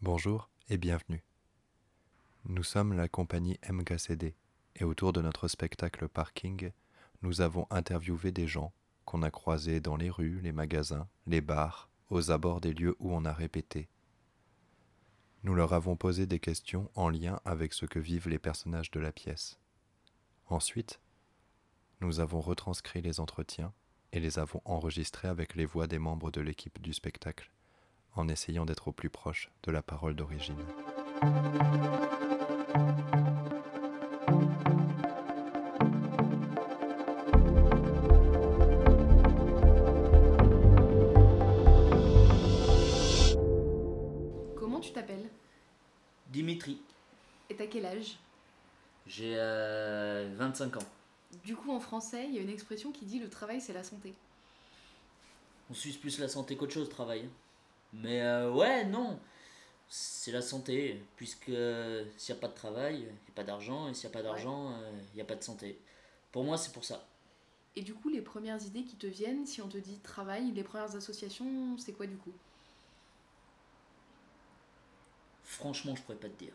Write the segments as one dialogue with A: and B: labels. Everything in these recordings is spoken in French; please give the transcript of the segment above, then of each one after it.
A: Bonjour et bienvenue. Nous sommes la compagnie MKCD et autour de notre spectacle Parking, nous avons interviewé des gens qu'on a croisés dans les rues, les magasins, les bars, aux abords des lieux où on a répété. Nous leur avons posé des questions en lien avec ce que vivent les personnages de la pièce. Ensuite, nous avons retranscrit les entretiens et les avons enregistrés avec les voix des membres de l'équipe du spectacle, en essayant d'être au plus proche de la parole d'origine.
B: Comment tu t'appelles
C: Dimitri,
B: Et t'as quel âge
C: j'ai euh, 25 ans.
B: Du coup, en français, il y a une expression qui dit le travail, c'est la santé.
C: On suce plus la santé qu'autre chose, travail. Mais euh, ouais, non, c'est la santé, puisque euh, s'il n'y a pas de travail, il n'y a pas d'argent, et s'il n'y a pas d'argent, euh, il n'y a pas de santé. Pour moi, c'est pour ça.
B: Et du coup, les premières idées qui te viennent, si on te dit travail, les premières associations, c'est quoi du coup
C: Franchement, je pourrais pas te dire.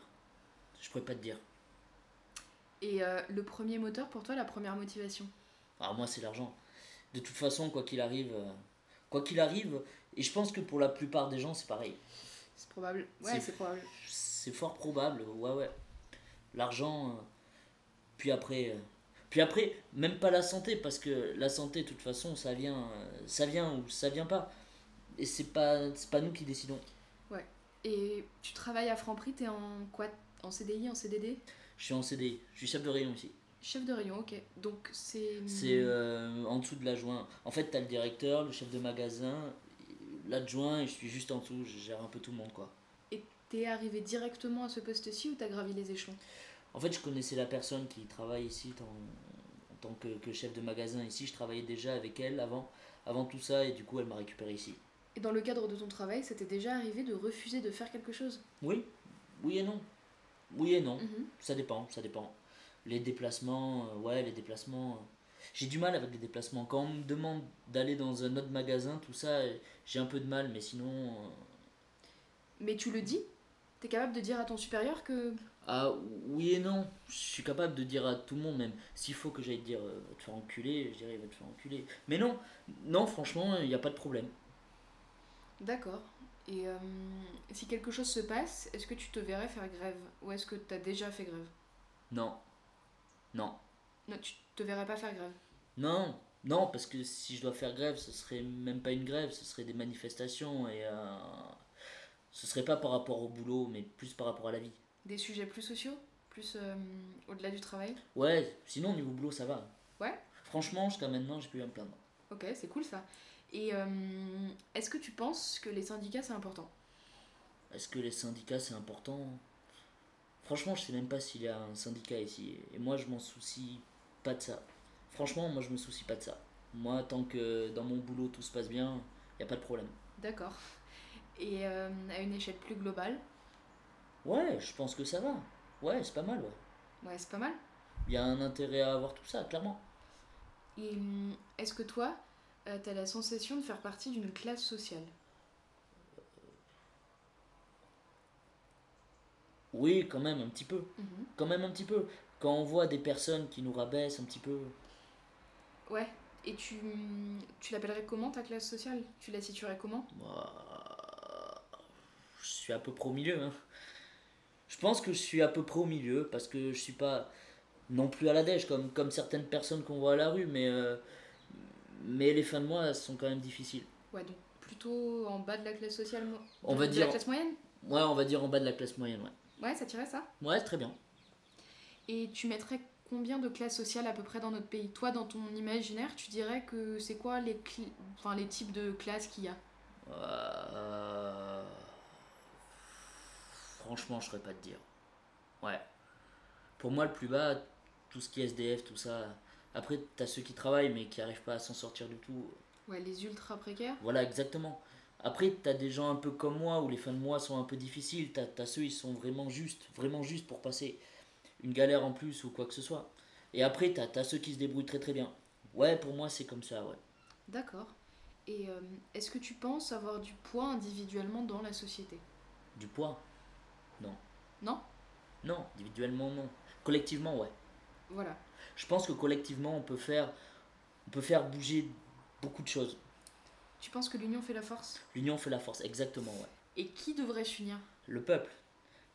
C: Je pourrais pas te dire.
B: Et euh, le premier moteur pour toi, la première motivation
C: Alors moi, c'est l'argent. De toute façon, quoi qu'il arrive, euh, quoi qu'il arrive, et je pense que pour la plupart des gens, c'est pareil.
B: C'est probable. Ouais,
C: C'est-
B: c'est probable.
C: C'est fort probable, ouais, ouais. L'argent, euh, puis après. euh, Puis après, même pas la santé, parce que la santé, de toute façon, ça vient, euh, ça vient ou ça vient pas. Et c'est pas, c'est pas nous qui décidons.
B: Et tu travailles à Franprix, t'es en quoi En CDI, en CDD
C: Je suis en CDI, je suis chef de rayon ici.
B: Chef de rayon, ok. Donc c'est.
C: C'est euh, en dessous de l'adjoint. En fait, t'as le directeur, le chef de magasin, l'adjoint, et je suis juste en dessous, je gère un peu tout le monde, quoi.
B: T'es arrivé directement à ce poste-ci ou t'as gravi les échelons
C: En fait, je connaissais la personne qui travaille ici tant- en tant que, que chef de magasin ici. Je travaillais déjà avec elle avant, avant tout ça, et du coup, elle m'a récupéré ici.
B: Et dans le cadre de ton travail, ça t'est déjà arrivé de refuser de faire quelque chose
C: Oui, oui et non. Oui et non,
B: Mhm.
C: ça dépend, ça dépend. Les déplacements, euh, ouais, les déplacements. euh, J'ai du mal avec les déplacements. Quand on me demande d'aller dans un autre magasin, tout ça, euh, j'ai un peu de mal, mais sinon. euh,
B: Mais tu le dis T'es capable de dire à ton supérieur que
C: Ah, oui et non. Je suis capable de dire à tout le monde, même s'il faut que j'aille dire euh, va te faire enculer, je dirais va te faire enculer. Mais non, non, franchement, il n'y a pas de problème.
B: D'accord. Et euh, si quelque chose se passe, est-ce que tu te verrais faire grève Ou est-ce que tu as déjà fait grève
C: Non, non.
B: Non, tu te verrais pas faire grève.
C: Non, non, parce que si je dois faire grève, ce serait même pas une grève, ce serait des manifestations et euh, ce serait pas par rapport au boulot, mais plus par rapport à la vie.
B: Des sujets plus sociaux Plus euh, au-delà du travail
C: Ouais, sinon au niveau boulot ça va.
B: Ouais.
C: Franchement, jusqu'à maintenant, j'ai pu me plaindre.
B: Ok, c'est cool ça. Et euh, est-ce que tu penses que les syndicats c'est important
C: Est-ce que les syndicats c'est important Franchement, je sais même pas s'il y a un syndicat ici et moi je m'en soucie pas de ça. Franchement, moi je me soucie pas de ça. Moi, tant que dans mon boulot tout se passe bien, y a pas de problème.
B: D'accord. Et euh, à une échelle plus globale
C: Ouais, je pense que ça va. Ouais, c'est pas mal, ouais.
B: Ouais, c'est pas mal.
C: Il y a un intérêt à avoir tout ça, clairement.
B: Et euh, est-ce que toi, euh, t'as la sensation de faire partie d'une classe sociale
C: Oui, quand même, un petit peu.
B: Mhm.
C: Quand même, un petit peu. Quand on voit des personnes qui nous rabaissent un petit peu.
B: Ouais. Et tu, tu l'appellerais comment ta classe sociale Tu la situerais comment
C: moi, Bah, Je suis à peu près au milieu. hein. Je pense que je suis à peu près au milieu parce que je suis pas non plus à la dèche comme, comme certaines personnes qu'on voit à la rue, mais, euh, mais les fins de mois sont quand même difficiles.
B: Ouais, donc plutôt en bas de la classe sociale. mo-
C: On
B: de-
C: va
B: de
C: dire-
B: la classe moyenne
C: Ouais, on va dire en bas de la classe moyenne, ouais.
B: Ouais, ça tirait ça.
C: Ouais, très bien.
B: Et tu mettrais combien de classes sociales à peu près dans notre pays Toi, dans ton imaginaire, tu dirais que c'est quoi les, cli- enfin, les types de classes qu'il y a
C: Euh, Franchement, je saurais pas te dire. Ouais. Pour moi, le plus bas, tout ce qui est SDF, tout ça. Après, t'as ceux qui travaillent mais qui arrivent pas à s'en sortir du tout.
B: Ouais, les ultra précaires.
C: Voilà, exactement. Après, t'as des gens un peu comme moi où les fins de mois sont un peu difficiles. T'as as ceux, ils sont vraiment justes, vraiment justes pour passer une galère en plus ou quoi que ce soit. Et après, t'as as ceux qui se débrouillent très très bien. Ouais, pour moi, c'est comme ça, ouais.
B: D'accord. Et euh, est-ce que tu penses avoir du poids individuellement dans la société
C: Du poids Non.
B: Non
C: Non, individuellement, non. Collectivement, ouais.
B: Voilà.
C: Je pense que collectivement, on peut faire, on peut faire bouger beaucoup de choses.
B: Tu penses que l'union fait la force
C: L'union fait la force, exactement, ouais.
B: Et qui devrait s'unir
C: Le peuple.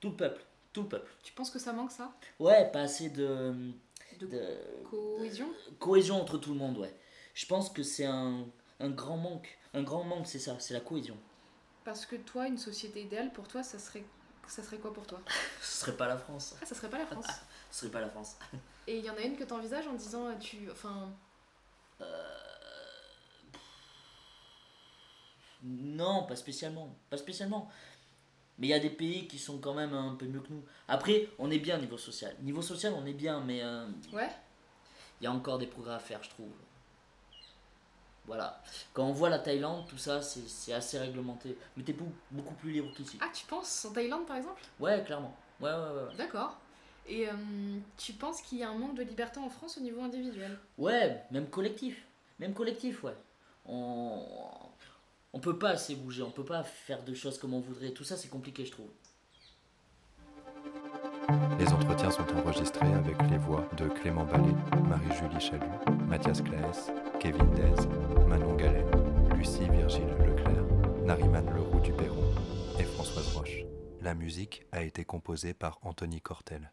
C: Tout le peuple. Tout le peuple.
B: Tu penses que ça manque ça
C: Ouais, pas assez de,
B: De
C: de
B: cohésion
C: cohésion entre tout le monde, ouais. Je pense que c'est un, un grand manque. Un grand manque, c'est ça, c'est la cohésion.
B: Parce que toi, une société idéale, pour toi, ça serait, ça serait quoi pour toi
C: Ce serait pas la France.
B: Ah, ça serait pas la France.
C: Ce serait pas la France.
B: Et il y en a une que t'envisages en disant, euh, tu, enfin,
C: Non, pas spécialement. Pas spécialement. Mais il y a des pays qui sont quand même un peu mieux que nous. Après, on est bien niveau social. Niveau social, on est bien, mais euh,
B: ouais,
C: il y a encore des progrès à faire, je trouve. Voilà. Quand on voit la Thaïlande, tout ça, c'est c'est assez réglementé. Mais t'es bou- beaucoup plus libre qu'ici.
B: ah, tu penses en Thaïlande par exemple
C: Ouais, clairement. Ouais, ouais, ouais. ouais.
B: D'accord. Et euh, tu penses qu'il y a un manque de liberté en France au niveau individuel
C: Ouais, même collectif. Même collectif, ouais. On... on peut pas assez bouger, on peut pas faire de choses comme on voudrait. Tout ça, c'est compliqué, je trouve.
A: Les entretiens sont enregistrés avec les voix de Clément Ballet, Marie-Julie Chalut, Mathias Claes, Kevin Dez, Manon Gallet, Lucie Virgile Leclerc, Nariman Leroux du Perron et Françoise Roche. La musique a été composée par Anthony Cortel.